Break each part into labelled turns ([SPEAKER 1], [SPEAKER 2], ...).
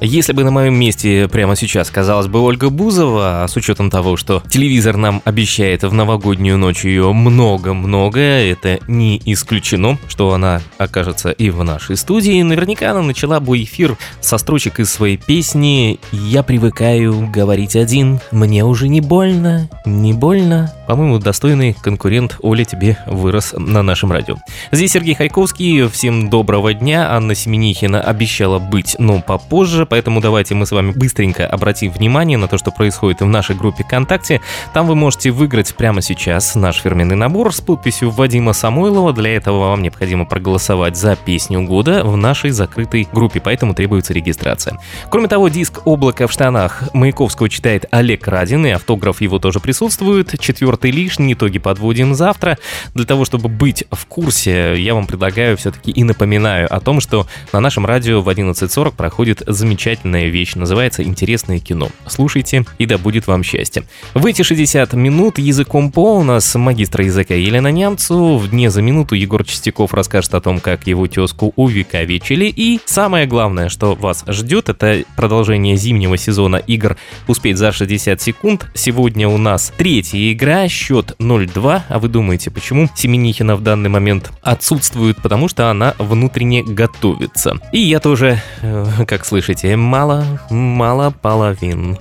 [SPEAKER 1] Если бы на моем месте прямо сейчас казалась бы Ольга Бузова, а с учетом того, что телевизор нам обещает в новогоднюю ночь ее много-много, это не исключено, что она окажется и в нашей студии. Наверняка она начала бы эфир со строчек из своей песни «Я привыкаю говорить один, мне уже не больно, не больно». По-моему, достойный конкурент Оля тебе вырос на нашем радио. Здесь Сергей Хайковский. Всем доброго дня. Анна Семенихина обещала быть, но попозже, поэтому давайте мы с вами быстренько обратим внимание на то, что происходит в нашей группе ВКонтакте. Там вы можете выиграть прямо сейчас наш фирменный набор с подписью Вадима Самойлова. Для этого вам необходимо проголосовать за песню года в нашей закрытой группе, поэтому требуется регистрация. Кроме того, диск «Облако в штанах» Маяковского читает Олег Радин, и автограф его тоже присутствует. Четвертый лишний, итоги подводим завтра. Для того, чтобы быть в курсе, я вам предлагаю все-таки и напоминаю о том, что на нашем радио в 11.40 проходит замечательная вещь, называется «Интересное кино». Слушайте, и да будет вам счастье. В эти 60 минут языком по у нас магистра языка Елена Нямцу. В дне за минуту Егор Чистяков расскажет о том, как его тезку увековечили. И самое главное, что вас ждет, это продолжение зимнего сезона игр «Успеть за 60 секунд». Сегодня у нас третья игра, счет 0-2. А вы думаете, почему Семенихина в данный момент отсутствует? Потому что она внутренне готовится. И я тоже, э, как слышите, мало, мало половин.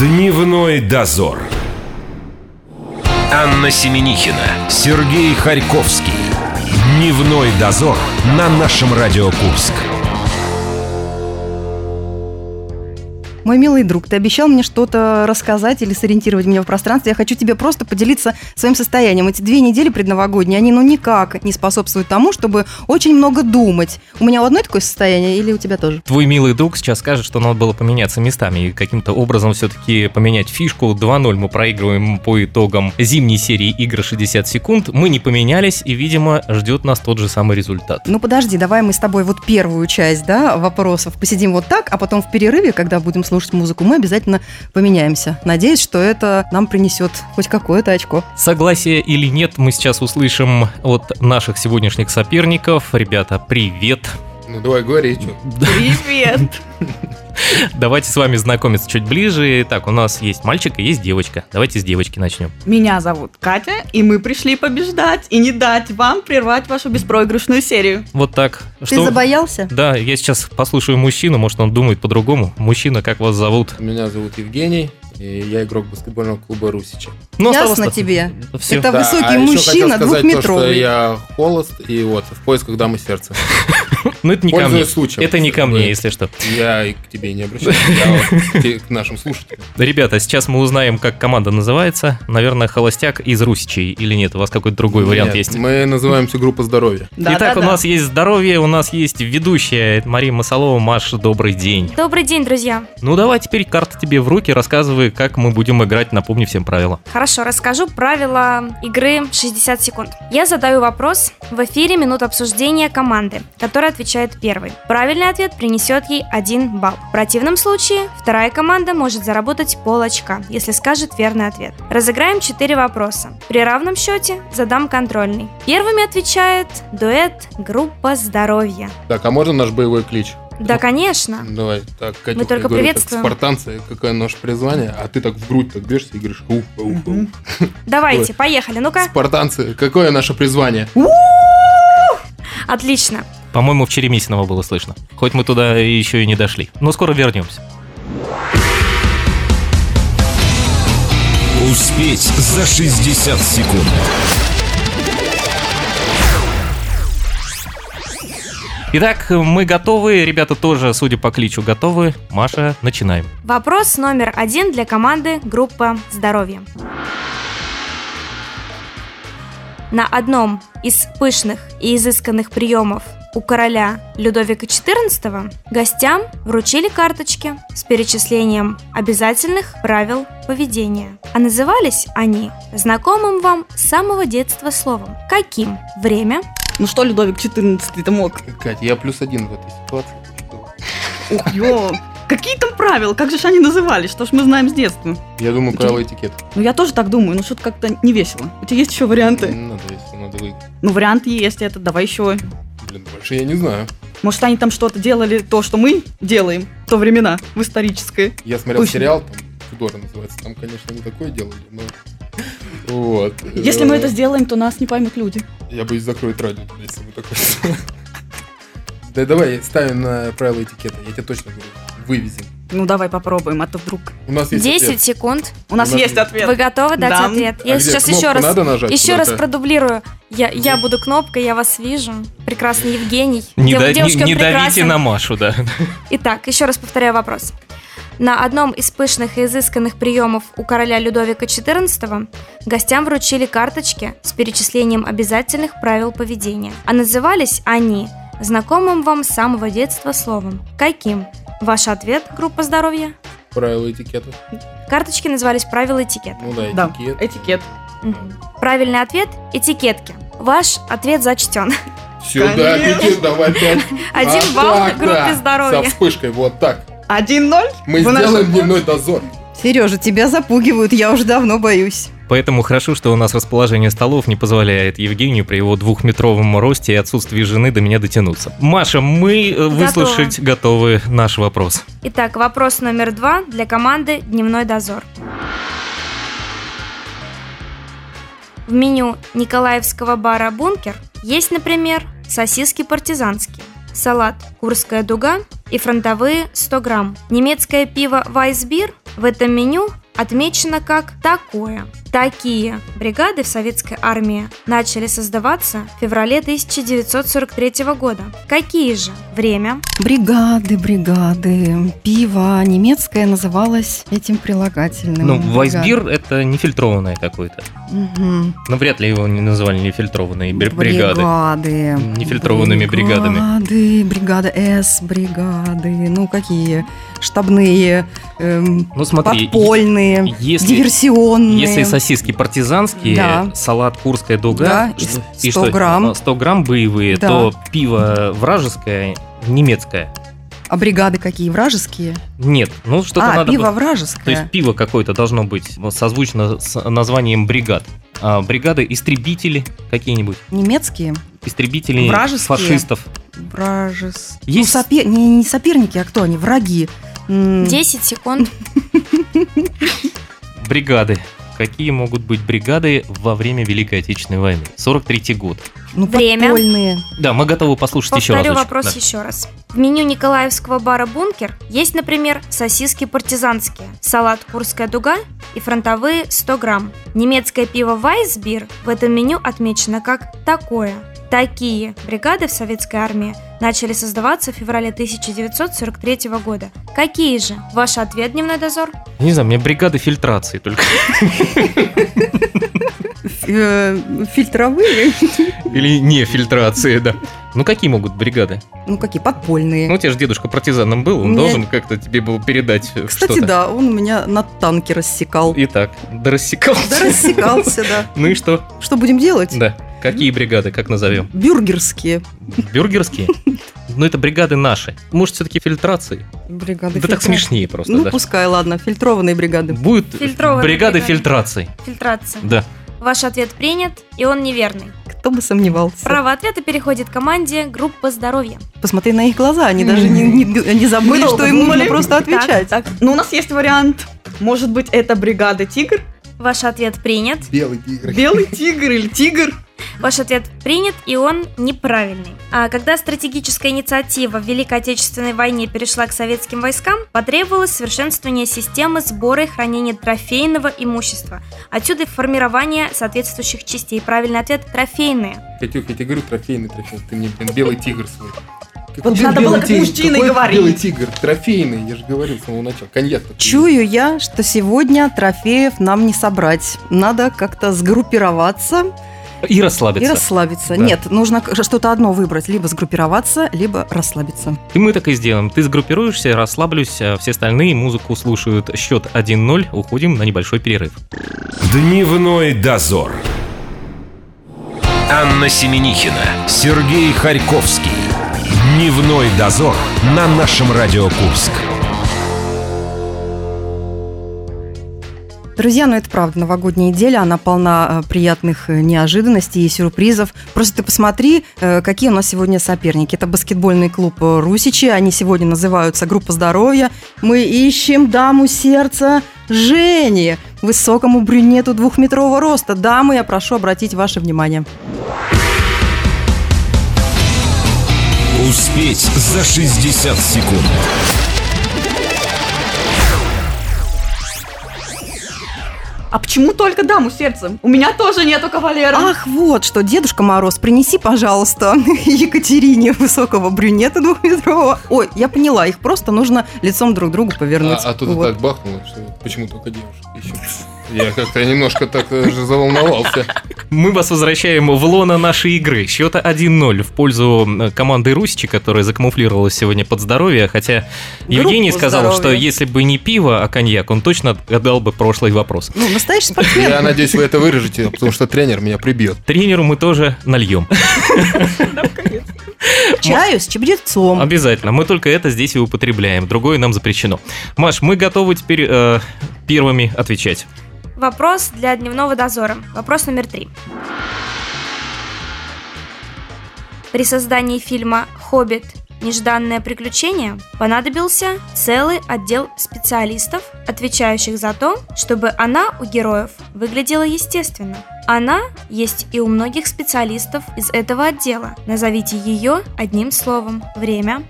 [SPEAKER 2] Дневной дозор. Анна Семенихина, Сергей Харьковский. Дневной дозор на нашем Радио Курск.
[SPEAKER 3] Мой милый друг, ты обещал мне что-то рассказать или сориентировать меня в пространстве. Я хочу тебе просто поделиться своим состоянием. Эти две недели предновогодние, они ну никак не способствуют тому, чтобы очень много думать. У меня у одной такое состояние или у тебя тоже?
[SPEAKER 1] Твой милый друг сейчас скажет, что надо было поменяться местами и каким-то образом все-таки поменять фишку. 2-0 мы проигрываем по итогам зимней серии игр 60 секунд. Мы не поменялись и, видимо, ждет нас тот же самый результат.
[SPEAKER 3] Ну подожди, давай мы с тобой вот первую часть да, вопросов посидим вот так, а потом в перерыве, когда будем слушать музыку, мы обязательно поменяемся. Надеюсь, что это нам принесет хоть какое-то очко.
[SPEAKER 1] Согласие или нет, мы сейчас услышим от наших сегодняшних соперников. Ребята, привет!
[SPEAKER 4] Ну давай говори, чё.
[SPEAKER 5] Привет!
[SPEAKER 1] Давайте с вами знакомиться чуть ближе. Так, у нас есть мальчик и есть девочка. Давайте с девочки начнем.
[SPEAKER 5] Меня зовут Катя, и мы пришли побеждать и не дать вам прервать вашу беспроигрышную серию.
[SPEAKER 1] Вот так.
[SPEAKER 3] Ты забоялся?
[SPEAKER 1] Да, я сейчас послушаю мужчину, может он думает по-другому. Мужчина, как вас зовут?
[SPEAKER 4] Меня зовут Евгений, и я игрок баскетбольного клуба «Русичи».
[SPEAKER 1] Ну,
[SPEAKER 3] Ясно
[SPEAKER 1] осталось-
[SPEAKER 3] тебе.
[SPEAKER 1] Всё.
[SPEAKER 3] Это высокий
[SPEAKER 4] а ещё
[SPEAKER 3] мужчина,
[SPEAKER 4] хотел сказать То, что
[SPEAKER 3] двухметровый.
[SPEAKER 4] я холост, и вот, в поисках дамы сердца.
[SPEAKER 1] Ну, это не ко мне.
[SPEAKER 4] Пользуясь случаем.
[SPEAKER 1] Это не ко мне,
[SPEAKER 4] Вы-
[SPEAKER 1] если что.
[SPEAKER 4] Я и к тебе не обращаюсь, я вот к- к нашим слушателям.
[SPEAKER 1] Ребята, сейчас мы узнаем, как команда называется. Наверное, холостяк из Русичей или нет? У вас какой-то другой вариант
[SPEAKER 4] Нет,
[SPEAKER 1] есть?
[SPEAKER 4] Мы называемся группа здоровья.
[SPEAKER 5] Да,
[SPEAKER 1] Итак,
[SPEAKER 5] да,
[SPEAKER 1] у
[SPEAKER 5] да.
[SPEAKER 1] нас есть здоровье, у нас есть ведущая это Мария Масалова. Маша, добрый день.
[SPEAKER 6] Добрый день, друзья.
[SPEAKER 1] Ну давай теперь карта тебе в руки, рассказывай, как мы будем играть, напомни всем правила.
[SPEAKER 6] Хорошо, расскажу правила игры 60 секунд. Я задаю вопрос. В эфире минут обсуждения команды, которая отвечает первой. Правильный ответ принесет ей 1 балл. В противном случае вторая команда может заработать пол очка, если скажет верный ответ. Разыграем 4 вопроса. При равном счете задам контрольный. Первыми отвечает дуэт группа здоровья.
[SPEAKER 4] Так, а можно наш боевой клич?
[SPEAKER 6] Да, конечно.
[SPEAKER 4] Давай, так, Катя,
[SPEAKER 6] А. Мы только
[SPEAKER 4] я говорю, как
[SPEAKER 6] приветствуем.
[SPEAKER 4] спартанцы, какое наше призвание, а ты так в грудь так бьешься и говоришь, уф, уф, уф.
[SPEAKER 5] Мгм.
[SPEAKER 6] Давайте, поехали. Ну-ка.
[SPEAKER 4] Спартанцы, какое наше призвание?
[SPEAKER 6] Отлично.
[SPEAKER 1] По-моему, в Черемисиново было слышно. Хоть мы туда еще и не дошли. Но скоро вернемся.
[SPEAKER 2] Успеть за 60 секунд.
[SPEAKER 1] Итак, мы готовы, ребята тоже, судя по кличу, готовы. Маша, начинаем.
[SPEAKER 6] Вопрос номер один для команды группа «Здоровье». На одном из пышных и изысканных приемов у короля Людовика XIV гостям вручили карточки с перечислением обязательных правил поведения. А назывались они знакомым вам с самого детства словом. Каким? Время,
[SPEAKER 5] Ну что, Людовик 14 ты мог?
[SPEAKER 4] Катя, я плюс один в этой ситуации.
[SPEAKER 5] Ух, ё. Какие там правила? Как же ж они назывались? Что ж мы знаем с детства?
[SPEAKER 4] Я думаю, правила этикет.
[SPEAKER 5] Ну, я тоже так думаю, но что-то как-то не весело. У тебя есть еще варианты?
[SPEAKER 4] Надо, если надо выиграть.
[SPEAKER 5] Ну, вариант есть это, давай еще.
[SPEAKER 4] Блин, больше я не знаю.
[SPEAKER 5] Может, они там что-то делали, то, что мы делаем в то времена, в историческое.
[SPEAKER 4] Я смотрел
[SPEAKER 5] Точно.
[SPEAKER 4] сериал, там, Тюдоры называется, там, конечно, не такое делали, но... Вот.
[SPEAKER 5] Если мы
[SPEAKER 4] Э,
[SPEAKER 5] это сделаем, то нас не поймут люди.
[SPEAKER 4] Я боюсь закроет радио, если мы такое сделаем. Да давай, ставим на правила этикета, я тебе точно говорю. Вывезем.
[SPEAKER 5] Ну, давай попробуем, а то вдруг...
[SPEAKER 4] У нас есть
[SPEAKER 6] 10
[SPEAKER 4] ответ.
[SPEAKER 6] секунд.
[SPEAKER 5] У нас
[SPEAKER 4] У нас
[SPEAKER 5] есть
[SPEAKER 4] есть.
[SPEAKER 5] ответ.
[SPEAKER 6] Вы готовы дать
[SPEAKER 5] Да.
[SPEAKER 6] ответ?
[SPEAKER 4] А
[SPEAKER 6] Я
[SPEAKER 4] где?
[SPEAKER 6] сейчас
[SPEAKER 4] Кнопку
[SPEAKER 6] еще раз,
[SPEAKER 4] надо нажать Ну.
[SPEAKER 6] еще раз
[SPEAKER 4] куда-то?
[SPEAKER 6] продублирую. Я, я буду кнопкой, я вас вижу. Прекрасный Евгений.
[SPEAKER 1] Не,
[SPEAKER 6] Дев-
[SPEAKER 1] да- не-
[SPEAKER 6] девушка
[SPEAKER 1] не давите
[SPEAKER 6] прекрасна.
[SPEAKER 1] на Машу, да.
[SPEAKER 6] Итак, еще раз повторяю вопрос. На одном из пышных и изысканных приемов у короля Людовика XIV гостям вручили карточки с перечислением обязательных правил поведения. А назывались они знакомым вам с самого детства словом. Каким? Ваш ответ, группа здоровья?
[SPEAKER 4] Правила этикета.
[SPEAKER 6] Карточки назывались правила этикета.
[SPEAKER 4] Ну да,
[SPEAKER 5] Да,
[SPEAKER 4] этикет.
[SPEAKER 5] этикет.
[SPEAKER 6] Мгм. Правильный ответ – этикетки. Ваш ответ зачтен.
[SPEAKER 4] Сюда,
[SPEAKER 5] Конечно.
[SPEAKER 4] пяти, давай пять.
[SPEAKER 6] Один
[SPEAKER 4] А
[SPEAKER 6] балл
[SPEAKER 4] так,
[SPEAKER 6] группе
[SPEAKER 4] да, Со
[SPEAKER 6] здоровья.
[SPEAKER 4] вспышкой, вот так.
[SPEAKER 5] 1-0.
[SPEAKER 4] Мы
[SPEAKER 5] Вы наши-
[SPEAKER 4] сделаем дневной дозор.
[SPEAKER 3] Сережа, тебя запугивают, я уже давно боюсь.
[SPEAKER 1] Поэтому хорошо, что у нас расположение столов не позволяет Евгению при его двухметровом росте и отсутствии жены до меня дотянуться. Маша, мы э, выслушать готовы наш вопрос.
[SPEAKER 6] Итак, вопрос номер два для команды «Дневной дозор». В меню Николаевского бара «Бункер» есть, например, сосиски партизанские, салат «Курская дуга» и фронтовые 100 грамм. Немецкое пиво «Вайсбир» в этом меню отмечено как «такое». Такие бригады в советской армии начали создаваться в феврале 1943 года. Какие же? Время,
[SPEAKER 3] Бригады, бригады. Пиво немецкое называлось этим прилагательным.
[SPEAKER 1] Ну,
[SPEAKER 3] Бригады.
[SPEAKER 1] Вайсбир это нефильтрованное какое-то.
[SPEAKER 3] Мгм.
[SPEAKER 1] Ну, вряд ли его не называли нефильтрованные бри- бригады.
[SPEAKER 3] ну, Бригады.
[SPEAKER 1] Нефильтрованными бригадами.
[SPEAKER 3] Бригады, бригада С, бригады. Ну, какие? Штабные, эм,
[SPEAKER 1] Ну, смотри,
[SPEAKER 3] подпольные,
[SPEAKER 1] если,
[SPEAKER 3] диверсионные.
[SPEAKER 1] если сосиски партизанские,
[SPEAKER 3] Да,
[SPEAKER 1] салат курская
[SPEAKER 3] Да,
[SPEAKER 1] дуга
[SPEAKER 3] и
[SPEAKER 1] что-
[SPEAKER 3] 100 грамм.
[SPEAKER 1] ну, 100 грамм боевые,
[SPEAKER 3] Да.
[SPEAKER 1] то пиво вражеское, немецкое.
[SPEAKER 3] А бригады какие? Вражеские?
[SPEAKER 1] Нет, ну что-то
[SPEAKER 3] а,
[SPEAKER 1] надо
[SPEAKER 3] пиво
[SPEAKER 1] было-
[SPEAKER 3] вражеское.
[SPEAKER 1] То есть пиво какое-то должно быть вот, созвучно с названием бригад. А, бригады истребители какие-нибудь.
[SPEAKER 3] Немецкие?
[SPEAKER 1] Истребители
[SPEAKER 3] Вражеские.
[SPEAKER 1] фашистов.
[SPEAKER 3] Вражеские.
[SPEAKER 1] Есть-
[SPEAKER 3] Ну, не, не соперники, а кто они? Враги. М,
[SPEAKER 6] 10 секунд.
[SPEAKER 1] Бригады. Какие могут быть бригады во время Великой Отечественной войны? 43-й год.
[SPEAKER 3] Ну,
[SPEAKER 6] Время.
[SPEAKER 3] подпольные.
[SPEAKER 1] Да, мы готовы послушать еще
[SPEAKER 6] Повторю
[SPEAKER 1] раз.
[SPEAKER 6] вопрос еще раз. В меню Николаевского бара «Бункер» есть, например, сосиски партизанские, салат «Курская дуга» и фронтовые 100 грамм. Немецкое пиво «Вайсбир» в этом меню отмечено как «такое». Такие бригады в советской армии начали создаваться в феврале 1943 года. Какие же? Ваш ответ, дневной дозор?
[SPEAKER 1] Не знаю, мне бригады фильтрации только.
[SPEAKER 3] Ф- э, Фильтровые?
[SPEAKER 1] Или не фильтрации, да. Ну какие могут бригады?
[SPEAKER 3] Ну, какие? Подпольные.
[SPEAKER 1] Ну у тебя же дедушка партизаном был, он
[SPEAKER 3] Мне-
[SPEAKER 1] должен как-то тебе был передать э,
[SPEAKER 3] Кстати,
[SPEAKER 1] что-то.
[SPEAKER 3] да, он у меня на танке рассекал.
[SPEAKER 1] Итак, да рассекал.
[SPEAKER 3] Да рассекался, да.
[SPEAKER 1] Ну и что?
[SPEAKER 3] Что будем делать?
[SPEAKER 1] Да. Какие бригады, как назовем?
[SPEAKER 3] Бюргерские
[SPEAKER 1] Бюргерские? Ну, это бригады наши. Может, все-таки фильтрации?
[SPEAKER 3] бригады.
[SPEAKER 1] Да так
[SPEAKER 3] А, фильтра-
[SPEAKER 1] смешнее просто,
[SPEAKER 3] Ну,
[SPEAKER 1] да.
[SPEAKER 3] пускай, ладно, фильтрованные бригады.
[SPEAKER 1] Будут
[SPEAKER 6] Фильтрованные
[SPEAKER 1] бригады
[SPEAKER 6] бригады.
[SPEAKER 1] фильтрации.
[SPEAKER 6] Фильтрация.
[SPEAKER 1] Да.
[SPEAKER 6] Ваш ответ принят, и он неверный.
[SPEAKER 3] Кто бы сомневался.
[SPEAKER 6] Право ответа переходит команде группа здоровья.
[SPEAKER 3] Посмотри на их глаза, они даже не, не- не забыли, что
[SPEAKER 5] Мы долго
[SPEAKER 3] им нужно
[SPEAKER 5] думали.
[SPEAKER 3] просто отвечать.
[SPEAKER 5] Так, ну у нас есть вариант. Может быть, это бригада тигр?
[SPEAKER 6] Ваш ответ принят.
[SPEAKER 4] Белый тигр.
[SPEAKER 5] Белый тигр или тигр?
[SPEAKER 6] Ваш ответ принят, и он неправильный. А когда стратегическая инициатива в Великой Отечественной войне перешла к советским войскам, потребовалось совершенствование системы сбора и хранения трофейного имущества. Отсюда и формирование соответствующих частей. Правильный ответ – трофейные.
[SPEAKER 4] Катюх, я тебе говорю, трофейный трофей. Ты мне, блин, белый тигр свой. Какой
[SPEAKER 5] надо
[SPEAKER 4] белый
[SPEAKER 5] было как
[SPEAKER 4] тигр?
[SPEAKER 5] мужчина
[SPEAKER 4] Какой
[SPEAKER 5] говорить.
[SPEAKER 4] Белый тигр, трофейный, я же говорил с самого начала. Коньяк такой.
[SPEAKER 3] Чую я, что сегодня трофеев нам не собрать. Надо как-то сгруппироваться
[SPEAKER 1] И расслабиться.
[SPEAKER 3] и расслабиться.
[SPEAKER 1] Да.
[SPEAKER 3] Нет, нужно к- что-то одно выбрать. Либо сгруппироваться, либо расслабиться.
[SPEAKER 1] И мы так и сделаем. Ты сгруппируешься, расслаблюсь, а все остальные музыку слушают. Счет 1-0, уходим на небольшой перерыв.
[SPEAKER 2] Дневной дозор. Анна Семенихина, Сергей Харьковский. Дневной дозор на нашем Радио Курск.
[SPEAKER 3] Друзья, ну это правда, новогодняя неделя, она полна э, приятных э, неожиданностей и сюрпризов. Просто ты посмотри, э, какие у нас сегодня соперники. Это баскетбольный клуб э, «Русичи», они сегодня называются «Группа здоровья». Мы ищем даму сердца Жени, высокому брюнету двухметрового роста. Дамы, я прошу обратить ваше внимание.
[SPEAKER 2] Успеть за 60 секунд.
[SPEAKER 5] А почему только даму сердцем? У меня тоже нету кавалера.
[SPEAKER 3] Ах, вот что, Дедушка Мороз, принеси, пожалуйста, Екатерине высокого брюнета двухметрового. Ой, я поняла, их просто нужно лицом друг к другу
[SPEAKER 4] А,
[SPEAKER 3] повернуть.
[SPEAKER 4] а тут
[SPEAKER 3] Вот.
[SPEAKER 4] так бахнуло, что почему только девушка еще. Я как-то немножко так э, же заволновался.
[SPEAKER 1] Мы вас возвращаем в лоно нашей игры. Счета 1-0 в пользу э, команды Русичи, которая закамуфлировалась сегодня под здоровье. Хотя Евгений
[SPEAKER 3] Группу
[SPEAKER 1] сказал,
[SPEAKER 3] здоровья.
[SPEAKER 1] что если бы не пиво, а коньяк, он точно отгадал бы прошлый вопрос.
[SPEAKER 3] Ну, настоящий спортсмен.
[SPEAKER 4] Я надеюсь, вы это выражете, потому что тренер меня прибьет.
[SPEAKER 1] Тренеру мы тоже нальем.
[SPEAKER 3] Чаю с чабрецом.
[SPEAKER 1] Обязательно. Мы только это здесь и употребляем. Другое нам запрещено. Маш, мы готовы теперь э, первыми отвечать.
[SPEAKER 6] Вопрос для дневного дозора. Вопрос номер три. При создании фильма «Хоббит. Нежданное приключение» понадобился целый отдел специалистов, отвечающих за то, чтобы она у героев выглядела естественно. Она есть и у многих специалистов из этого отдела. Назовите ее одним словом. Время.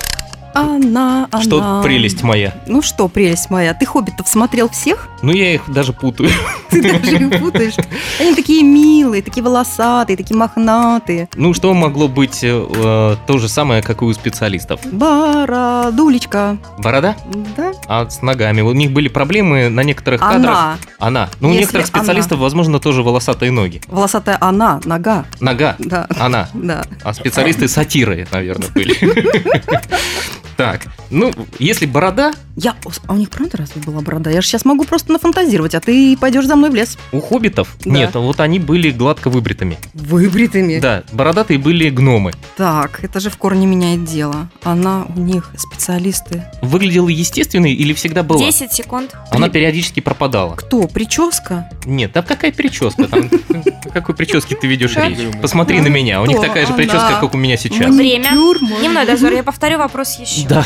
[SPEAKER 3] Она, она.
[SPEAKER 1] А- Что прелесть моя.
[SPEAKER 3] Ну что, прелесть моя, ты хоббитов смотрел всех?
[SPEAKER 1] Ну, я их даже путаю.
[SPEAKER 3] Ты даже их путаешь. Они такие милые, такие волосатые, такие мохнатые.
[SPEAKER 1] Ну, что могло быть э, э, то же самое, как и у специалистов?
[SPEAKER 3] Бородулечка.
[SPEAKER 1] Борода?
[SPEAKER 3] Да?
[SPEAKER 1] А с ногами. У них были проблемы на некоторых кадрах.
[SPEAKER 3] Она.
[SPEAKER 1] Она. Ну, у
[SPEAKER 3] Если
[SPEAKER 1] некоторых специалистов, возможно, тоже волосатые ноги.
[SPEAKER 3] Волосатая она, нога.
[SPEAKER 1] Нога.
[SPEAKER 3] Да,
[SPEAKER 1] Она.
[SPEAKER 3] да.
[SPEAKER 1] А специалисты сатиры, наверное, были. Так, ну, если борода,
[SPEAKER 3] Я... А у них правда разве была борода? Я же сейчас могу просто нафантазировать, а ты пойдешь за мной в лес.
[SPEAKER 1] у хоббитов
[SPEAKER 3] Да.
[SPEAKER 1] нет, а вот они были гладко выбритыми.
[SPEAKER 3] Выбритыми.
[SPEAKER 1] Да, бородатые были гномы.
[SPEAKER 3] Так, это же в корне меняет дело. Она у них специалисты.
[SPEAKER 1] Выглядела естественной или всегда была?
[SPEAKER 6] 10 секунд.
[SPEAKER 1] Она периодически пропадала.
[SPEAKER 3] Кто? Прическа?
[SPEAKER 1] Нет, там какая прическа? Там, о какой прическе ты ведешь речь? Посмотри на меня, у них
[SPEAKER 3] Кто
[SPEAKER 1] такая же
[SPEAKER 3] она?
[SPEAKER 1] прическа, как у меня сейчас.
[SPEAKER 6] Время.
[SPEAKER 3] Маникюр, может
[SPEAKER 6] Дневной
[SPEAKER 3] быть.
[SPEAKER 6] дозор, я повторю вопрос еще.
[SPEAKER 1] Да,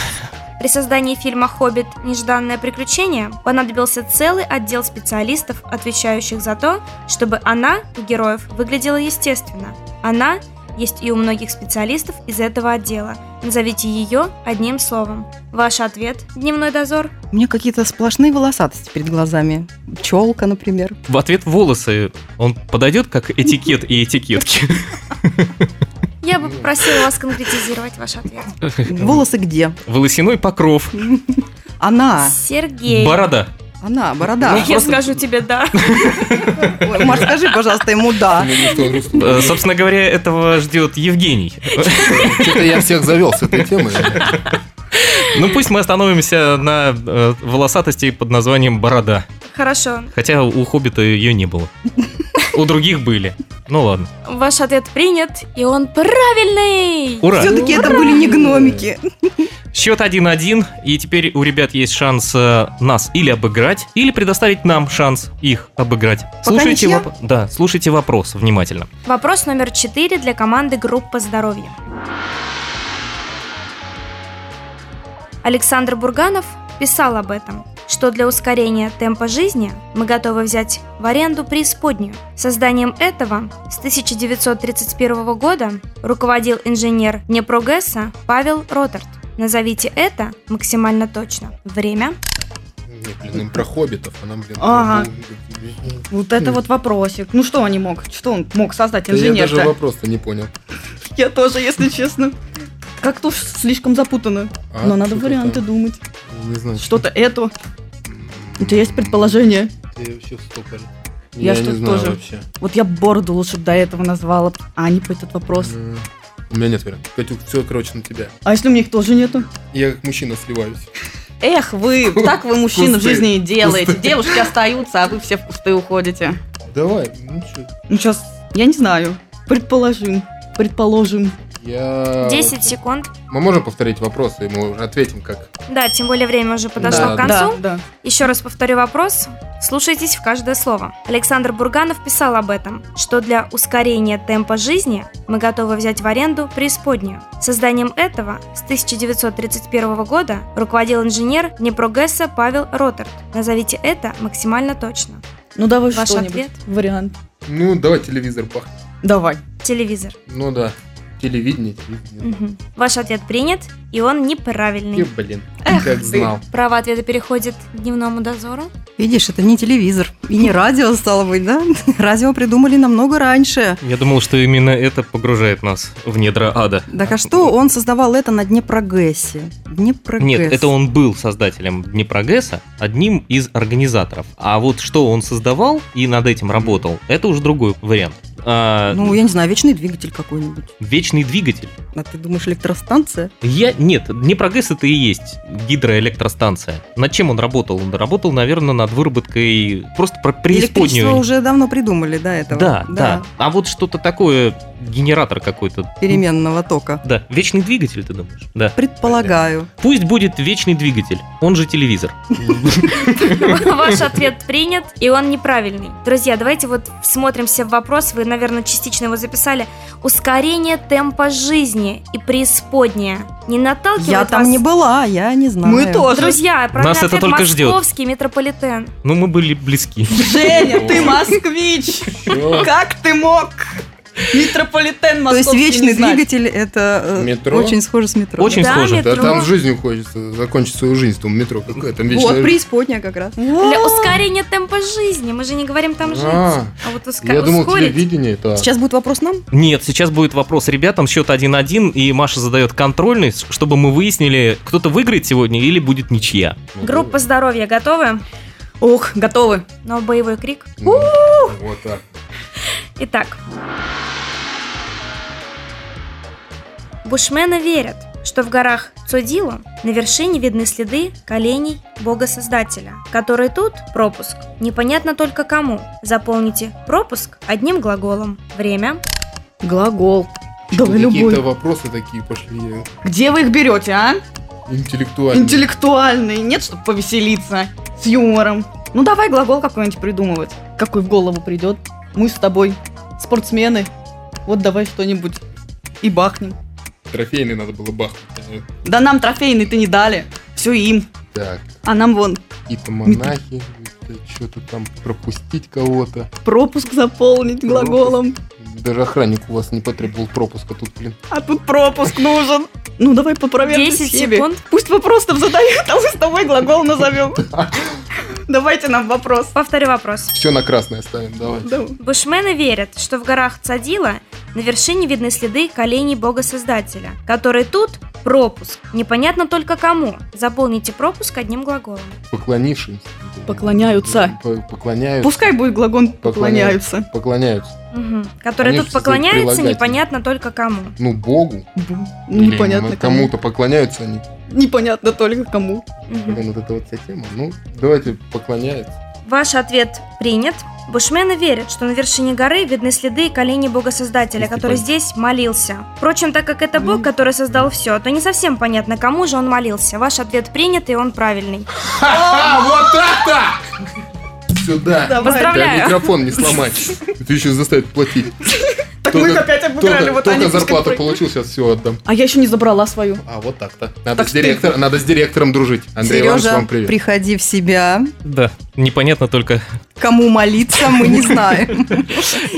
[SPEAKER 6] При создании фильма «Хоббит. Нежданное приключение» понадобился целый отдел специалистов, отвечающих за то, чтобы она у героев выглядела естественно. Она есть и у многих специалистов из этого отдела. Назовите ее одним словом. Ваш ответ, дневной дозор.
[SPEAKER 3] У меня какие-то сплошные волосатости перед глазами. Пчелка, например.
[SPEAKER 1] в ответ волосы. Он подойдет как этикет и этикетки.
[SPEAKER 6] Я бы попросила вас конкретизировать ваш ответ.
[SPEAKER 3] Волосы где?
[SPEAKER 1] Волосяной покров.
[SPEAKER 3] Она.
[SPEAKER 6] Сергей.
[SPEAKER 1] Борода.
[SPEAKER 3] Она, борода.
[SPEAKER 6] Я скажу тебе да.
[SPEAKER 3] Ой, Маш, скажи, пожалуйста, ему
[SPEAKER 5] А.
[SPEAKER 3] да.
[SPEAKER 4] Мне никто грустно.
[SPEAKER 1] Э, Собственно говоря, этого ждет Евгений.
[SPEAKER 4] Что-то я всех завел с этой темы.
[SPEAKER 1] Ну пусть мы остановимся на э, волосатости под названием борода.
[SPEAKER 6] Хорошо.
[SPEAKER 1] Хотя у хоббита ее не было. У других были. Ну ладно.
[SPEAKER 6] Ваш ответ принят, и он правильный.
[SPEAKER 1] Ура!
[SPEAKER 3] Все-таки это были не гномики.
[SPEAKER 1] Счет 1-1, и теперь у ребят есть шанс э, нас или обыграть, или предоставить нам шанс их обыграть. слушайте,
[SPEAKER 3] ничья?
[SPEAKER 1] воп- да, слушайте вопрос внимательно.
[SPEAKER 6] Вопрос номер 4 для команды группа здоровья. Александр Бурганов писал об этом, что для ускорения темпа жизни мы готовы взять в аренду преисподнюю. Созданием этого с 1931 года руководил инженер Днепрогэса Павел Ротарт. Назовите это максимально точно. Время.
[SPEAKER 4] Не, Ну, блин, им про хоббитов, а нам, блин...
[SPEAKER 5] Ага.
[SPEAKER 4] ну,
[SPEAKER 5] Вот это вот вопросик. Ну что они мог? Что он мог создать,
[SPEAKER 4] да Я
[SPEAKER 5] инженер
[SPEAKER 4] даже вопрос-то не понял.
[SPEAKER 5] Я тоже, если честно. Как-то уж слишком запутано.
[SPEAKER 4] А,
[SPEAKER 5] Но Ну, надо
[SPEAKER 4] что-то
[SPEAKER 5] варианты
[SPEAKER 4] там,
[SPEAKER 5] думать.
[SPEAKER 4] Не знаю.
[SPEAKER 5] Что-то это. У тебя есть предположение?
[SPEAKER 4] Я вообще в ступоре. Я,
[SPEAKER 5] Я
[SPEAKER 4] не
[SPEAKER 5] что-то
[SPEAKER 4] знаю
[SPEAKER 5] тоже.
[SPEAKER 4] вообще.
[SPEAKER 5] Вот я бороду лучше б до этого назвала, а не по этот вопрос.
[SPEAKER 4] М, У меня нет вариантов. Катюк, все, короче, на тебя.
[SPEAKER 5] А если у меня их тоже нету?
[SPEAKER 4] Я как мужчина сливаюсь.
[SPEAKER 5] Эх, вы, так вы мужчин в
[SPEAKER 4] Кусты.
[SPEAKER 5] жизни и делаете. Девушки остаются, а вы все в кусты уходите.
[SPEAKER 4] Давай, ну что?
[SPEAKER 5] Ну сейчас, я не знаю. Предположим. Предположим.
[SPEAKER 4] Я...
[SPEAKER 6] 10 секунд.
[SPEAKER 4] Мы можем повторить вопрос, и мы ответим как...
[SPEAKER 6] Да, тем более время уже подошло
[SPEAKER 4] Да,
[SPEAKER 6] к концу.
[SPEAKER 5] Да, да.
[SPEAKER 6] Еще раз повторю вопрос. Слушайтесь в каждое слово. Александр Бурганов писал об этом, что для ускорения темпа жизни мы готовы взять в аренду преисподнюю. Созданием этого с 1931 года руководил инженер Днепрогресса Павел Роттерт. Назовите это максимально точно.
[SPEAKER 5] Ну давай
[SPEAKER 6] Ваш
[SPEAKER 5] что-нибудь.
[SPEAKER 6] ответ?
[SPEAKER 5] Вариант.
[SPEAKER 4] Ну, давай телевизор пахнет.
[SPEAKER 5] Давай.
[SPEAKER 6] Телевизор.
[SPEAKER 4] Ну да, телевидение, телевидение.
[SPEAKER 6] Мгм. Ваш ответ принят, и он
[SPEAKER 4] И,
[SPEAKER 6] неправильный.
[SPEAKER 4] блин,
[SPEAKER 5] Эх
[SPEAKER 4] как
[SPEAKER 5] ты.
[SPEAKER 4] знал.
[SPEAKER 6] Право ответа переходит к дневному дозору.
[SPEAKER 3] Видишь, это не телевизор и не радио, стало быть, да? Радио придумали намного раньше.
[SPEAKER 1] Я думал, что именно это погружает нас в недра ада.
[SPEAKER 3] Так а что он создавал это на Днепрогрессе? Днепрогресс.
[SPEAKER 1] Нет, это он был создателем Днепрогресса, одним из организаторов. А вот что он создавал и над этим работал, это уже другой вариант. А,
[SPEAKER 3] Ну, я не знаю, вечный двигатель какой-нибудь.
[SPEAKER 1] Вечный двигатель.
[SPEAKER 3] А ты думаешь, электростанция?
[SPEAKER 1] Я... Нет, Днепрогресс это и есть гидроэлектростанция. Над чем он работал? Он работал, наверное, над выработкой просто про
[SPEAKER 3] Электричество
[SPEAKER 1] преисподнюю.
[SPEAKER 3] уже давно придумали, да, этого?
[SPEAKER 1] Да, да, А вот что-то такое, генератор какой-то.
[SPEAKER 3] Переменного тока.
[SPEAKER 1] Да, вечный двигатель, ты думаешь? Да.
[SPEAKER 3] Предполагаю.
[SPEAKER 5] Ну,
[SPEAKER 1] Пусть будет вечный двигатель, он же телевизор.
[SPEAKER 6] Ваш ответ принят, и он неправильный. Друзья, давайте вот всмотримся в вопрос. Вы, наверное, частично его записали. Ускорение темпа жизни и преисподняя. Не наталкивает
[SPEAKER 3] Я там
[SPEAKER 6] вас?
[SPEAKER 3] не была, а я не знаю.
[SPEAKER 5] Мы тоже.
[SPEAKER 6] Друзья, правильный
[SPEAKER 1] Нас это
[SPEAKER 6] ответ
[SPEAKER 1] только ждет.
[SPEAKER 6] московский метрополитен.
[SPEAKER 1] Ну, мы были близки.
[SPEAKER 5] Женя, ты москвич!
[SPEAKER 4] Чё?
[SPEAKER 5] Как ты мог? Метрополитен
[SPEAKER 3] То есть
[SPEAKER 5] московский
[SPEAKER 3] вечный
[SPEAKER 5] не знать.
[SPEAKER 3] двигатель это э,
[SPEAKER 4] Метро?
[SPEAKER 3] очень схоже с метро.
[SPEAKER 1] Очень
[SPEAKER 6] да,
[SPEAKER 1] схоже.
[SPEAKER 6] метро.
[SPEAKER 4] Да там жизнь хочется закончить свою жизнь, там метро какое, там вечная
[SPEAKER 3] Вот,
[SPEAKER 4] жизнь.
[SPEAKER 3] преисподняя как раз.
[SPEAKER 6] Для ускорения темпа жизни. Мы же не говорим там жить.
[SPEAKER 4] А,
[SPEAKER 6] А, вот уска-
[SPEAKER 4] Я думал,
[SPEAKER 6] ускорить.
[SPEAKER 4] телевидение это...
[SPEAKER 3] Сейчас будет вопрос нам?
[SPEAKER 1] Нет, сейчас будет вопрос ребятам, счет 1-1, и Маша задает контрольный, чтобы мы выяснили, кто-то выиграет сегодня или будет ничья.
[SPEAKER 4] Ну,
[SPEAKER 6] Группа здоровья готовы?
[SPEAKER 5] Ох, готовы.
[SPEAKER 6] Но боевой крик.
[SPEAKER 4] ну, Вот так.
[SPEAKER 6] Итак. Бушмены верят, что в горах Цудилу на вершине видны следы коленей бога-создателя, который тут пропуск. Непонятно только кому. Заполните пропуск одним глаголом. Время.
[SPEAKER 5] Глагол.
[SPEAKER 4] Чё-то
[SPEAKER 5] Давай любой.
[SPEAKER 4] Какие-то вопросы такие пошли э,
[SPEAKER 5] Где вы их берете, а?
[SPEAKER 4] интеллектуальные.
[SPEAKER 5] Интеллектуальные. Нет, чтобы повеселиться. С юмором. Ну давай глагол какой-нибудь придумывать. Какой в голову придет. Мы с тобой. Спортсмены. Вот давай что-нибудь. И бахнем.
[SPEAKER 4] Трофейный надо было бахнуть.
[SPEAKER 5] Да нам трофейный ты не дали. Все им.
[SPEAKER 4] Так,
[SPEAKER 5] А нам вон
[SPEAKER 4] какие-то монахи, что-то там пропустить кого-то.
[SPEAKER 5] пропуск заполнить глаголом.
[SPEAKER 4] Даже охранник у вас не потребовал пропуска тут, блин.
[SPEAKER 5] А тут пропуск нужен. Ну давай по проверке
[SPEAKER 6] 10
[SPEAKER 5] схеме.
[SPEAKER 6] секунд.
[SPEAKER 5] Пусть вопрос там задают, а мы с тобой глагол назовем. Давайте нам вопрос.
[SPEAKER 6] Повторю вопрос.
[SPEAKER 4] Все на красное ставим, давай.
[SPEAKER 5] Да.
[SPEAKER 6] Бушмены верят, что в горах Цадила на вершине видны следы коленей бога-создателя, который тут пропуск. Непонятно только кому. Заполните пропуск одним глаголом.
[SPEAKER 4] Поклонившись.
[SPEAKER 5] Поклоняются.
[SPEAKER 4] П- Поклоняются.
[SPEAKER 5] Пускай будет глагол поклоняются.
[SPEAKER 4] Поклоняются.
[SPEAKER 6] Мгм. Который
[SPEAKER 4] Конечно,
[SPEAKER 6] тут
[SPEAKER 4] стоит
[SPEAKER 6] поклоняется,
[SPEAKER 4] прилагательный.
[SPEAKER 6] непонятно только кому.
[SPEAKER 4] Ну, Богу.
[SPEAKER 5] Ну,
[SPEAKER 4] Блин,
[SPEAKER 5] непонятно
[SPEAKER 4] ну,
[SPEAKER 5] кому.
[SPEAKER 4] Кому-то поклоняются они.
[SPEAKER 5] Непонятно только кому.
[SPEAKER 6] Мгм.
[SPEAKER 4] Блин, вот это вот вся тема. Ну, давайте поклоняются.
[SPEAKER 6] Ваш ответ принят. Бушмены верят, что на вершине горы видны следы коленей бога-создателя,
[SPEAKER 1] Если
[SPEAKER 6] который
[SPEAKER 1] пон-
[SPEAKER 6] здесь молился. Впрочем, так как это
[SPEAKER 4] Ну.
[SPEAKER 6] бог, который создал все, то не совсем понятно, кому же он молился. Ваш ответ принят, и он правильный.
[SPEAKER 4] А, вот так-то! Сюда.
[SPEAKER 5] Давай.
[SPEAKER 6] Поздравляю.
[SPEAKER 4] Да, микрофон не сломать. Это еще заставит платить.
[SPEAKER 5] Так мы их опять обыграли,
[SPEAKER 4] только,
[SPEAKER 5] вот
[SPEAKER 4] только
[SPEAKER 5] они пускай
[SPEAKER 4] зарплату
[SPEAKER 5] пройдут.
[SPEAKER 4] получил, сейчас все отдам.
[SPEAKER 5] А я еще не забрала свою.
[SPEAKER 4] А, вот так-то. Надо,
[SPEAKER 5] Так
[SPEAKER 4] с, директор, надо с директором дружить. Андрей Иванович,
[SPEAKER 3] Сережа,
[SPEAKER 4] вам привет.
[SPEAKER 3] приходи в себя.
[SPEAKER 1] Да, непонятно только...
[SPEAKER 3] Кому молиться, мы не знаем.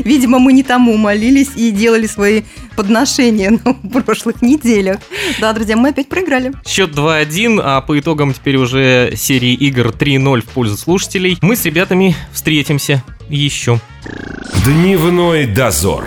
[SPEAKER 3] Видимо, мы не тому молились и делали свои подношения на прошлых неделях. Да, друзья, мы опять проиграли.
[SPEAKER 1] Счет 2-1, а по итогам теперь уже серии игр 3-0 в пользу слушателей. Мы с ребятами встретимся еще.
[SPEAKER 2] Дневной дозор.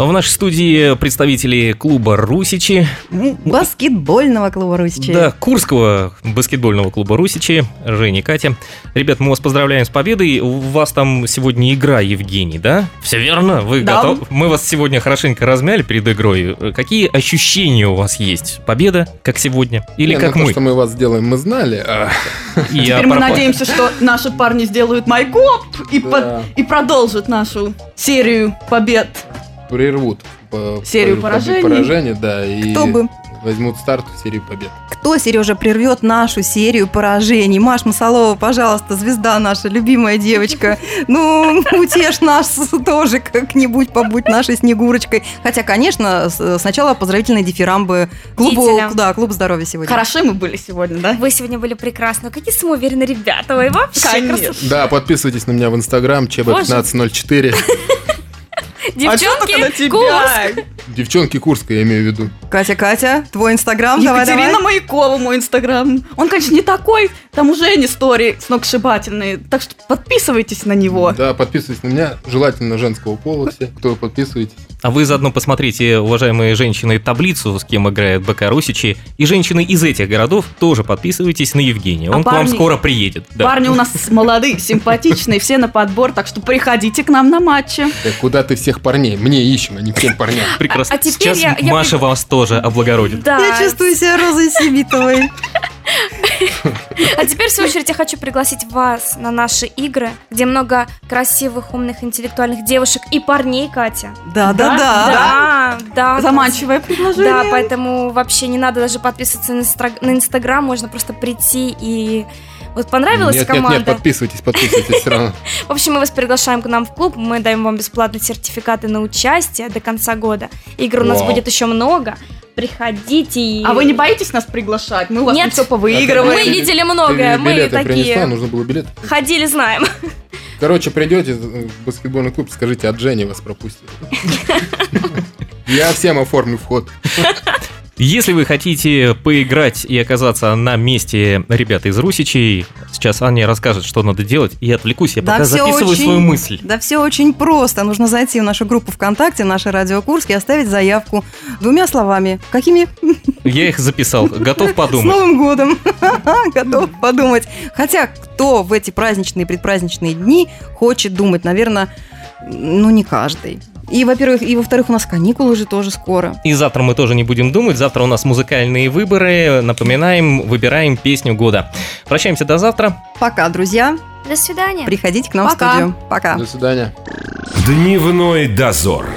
[SPEAKER 1] А В нашей студии представители клуба «Русичи».
[SPEAKER 3] Баскетбольного клуба Русичей.
[SPEAKER 1] Да, Курского баскетбольного клуба «Русичи», Женя и Катя. Ребят, мы вас поздравляем с победой. У вас там сегодня игра, Евгений, да? Все верно? Вы
[SPEAKER 5] Да.
[SPEAKER 1] готовы? Мы вас сегодня хорошенько размяли перед игрой. Э, Какие ощущения у вас есть? Победа, как сегодня? Или
[SPEAKER 4] Не,
[SPEAKER 1] как
[SPEAKER 4] ну,
[SPEAKER 1] мы?
[SPEAKER 4] То, что мы вас сделаем, мы знали. а,
[SPEAKER 1] И я
[SPEAKER 5] Теперь мы
[SPEAKER 1] пропа-
[SPEAKER 5] надеемся, что наши парни сделают майкоп и,
[SPEAKER 4] Да.
[SPEAKER 5] под- и продолжат нашу серию побед.
[SPEAKER 4] прервут по-
[SPEAKER 5] Серию
[SPEAKER 4] по-
[SPEAKER 5] поражений.
[SPEAKER 4] поражений, да, и
[SPEAKER 3] Кто бы,
[SPEAKER 4] возьмут старт в серии побед.
[SPEAKER 3] кто, Сережа, прервет нашу серию поражений? Маш Масалова, пожалуйста, звезда наша, любимая девочка. Ну, утешь нас тоже как-нибудь, побудь нашей Снегурочкой. Хотя, конечно, с- сначала поздравительные дифирамбы клубу,
[SPEAKER 6] Деятелям.
[SPEAKER 3] да, клуб здоровья сегодня.
[SPEAKER 5] Хороши мы были сегодня, да?
[SPEAKER 6] Вы сегодня были прекрасны. Какие самоуверенные ребята. Ой, вообще
[SPEAKER 5] Конечно.
[SPEAKER 6] красота.
[SPEAKER 4] Да, подписывайтесь на меня в инстаграм, ЧБ1504.
[SPEAKER 6] Девчонки,
[SPEAKER 5] а что только на тебя?
[SPEAKER 6] Курск.
[SPEAKER 4] Девчонки Курска, я имею в виду.
[SPEAKER 3] Катя, Катя, твой
[SPEAKER 6] А, ну,
[SPEAKER 3] инстаграм, давай,
[SPEAKER 5] Екатерина
[SPEAKER 3] давай.
[SPEAKER 5] Маякова, мой инстаграм. Он, конечно, не такой, там уже не истории сногсшибательные, так что подписывайтесь на него.
[SPEAKER 4] Да, подписывайтесь на меня, желательно женского пола все, кто подписываетесь.
[SPEAKER 1] А вы заодно посмотрите, уважаемые женщины, таблицу, с кем играет БК Русичи. И женщины из этих городов тоже подписывайтесь на Евгения.
[SPEAKER 5] А
[SPEAKER 1] Он к вам
[SPEAKER 5] парни-
[SPEAKER 1] скоро приедет. Да.
[SPEAKER 5] Парни у нас молодые, симпатичные, все на подбор, так что приходите к нам на матчи.
[SPEAKER 4] Да куда ты всех парней? Мне ищем, а не всем парням.
[SPEAKER 1] Прекрасно.
[SPEAKER 6] А- а теперь
[SPEAKER 1] Сейчас
[SPEAKER 6] я- я
[SPEAKER 1] Маша
[SPEAKER 6] пред-
[SPEAKER 1] вас тоже облагородит.
[SPEAKER 6] Да.
[SPEAKER 3] Я чувствую себя Розой Сибитовой.
[SPEAKER 6] А теперь, в свою очередь, я хочу пригласить вас на наши игры, где много красивых, умных, интеллектуальных девушек и парней, Катя.
[SPEAKER 3] Да, да,
[SPEAKER 5] А?
[SPEAKER 3] да.
[SPEAKER 6] Да, да.
[SPEAKER 5] Заманчивое
[SPEAKER 6] Да,
[SPEAKER 5] предложение.
[SPEAKER 6] поэтому вообще не надо даже подписываться на инстра- на Инстаграм, можно просто прийти и... Вот понравилась
[SPEAKER 4] Нет, нет,
[SPEAKER 6] команда?
[SPEAKER 4] нет, подписывайтесь, подписывайтесь все равно.
[SPEAKER 6] В общем, мы вас приглашаем к нам в клуб, мы даем вам бесплатные сертификаты на участие до конца года. Игр у нас
[SPEAKER 4] Вау.
[SPEAKER 6] будет еще много. Приходите и...
[SPEAKER 5] А вы не боитесь нас приглашать? Мы у вас
[SPEAKER 6] Нет.
[SPEAKER 5] все
[SPEAKER 6] Мы
[SPEAKER 5] повыигрываем.
[SPEAKER 6] видели
[SPEAKER 4] Ты
[SPEAKER 6] многое, мы
[SPEAKER 4] билеты принесла,
[SPEAKER 6] такие
[SPEAKER 4] нужно было билет.
[SPEAKER 6] ходили, знаем.
[SPEAKER 4] Короче, придете в баскетбольный клуб, скажите, от Жени вас пропустили. Я всем оформлю вход.
[SPEAKER 1] Если вы хотите поиграть и оказаться на месте ребят из Русичей, сейчас Аня расскажет, что надо делать, и отвлекусь, я
[SPEAKER 3] Да,
[SPEAKER 1] пока
[SPEAKER 3] всё
[SPEAKER 1] записываю
[SPEAKER 3] очень-
[SPEAKER 1] свою мысль.
[SPEAKER 3] Да все очень просто. Нужно зайти в нашу группу ВКонтакте, наше Радио Курск, и оставить заявку двумя словами. Какими?
[SPEAKER 1] Я их записал, готов
[SPEAKER 3] С
[SPEAKER 1] подумать.
[SPEAKER 3] Новым годом! Готов подумать. Хотя, кто в эти праздничные и предпраздничные дни хочет думать, наверное, ну не каждый. И, во-первых, и во-вторых, у нас каникулы уже тоже скоро.
[SPEAKER 1] И завтра мы тоже не будем думать, завтра у нас музыкальные выборы, напоминаем, выбираем песню года. Прощаемся до завтра.
[SPEAKER 3] Пока, друзья.
[SPEAKER 6] До свидания.
[SPEAKER 3] Приходите к нам
[SPEAKER 5] Пока.
[SPEAKER 3] в студию. Пока.
[SPEAKER 4] До свидания.
[SPEAKER 2] Дневной дозор.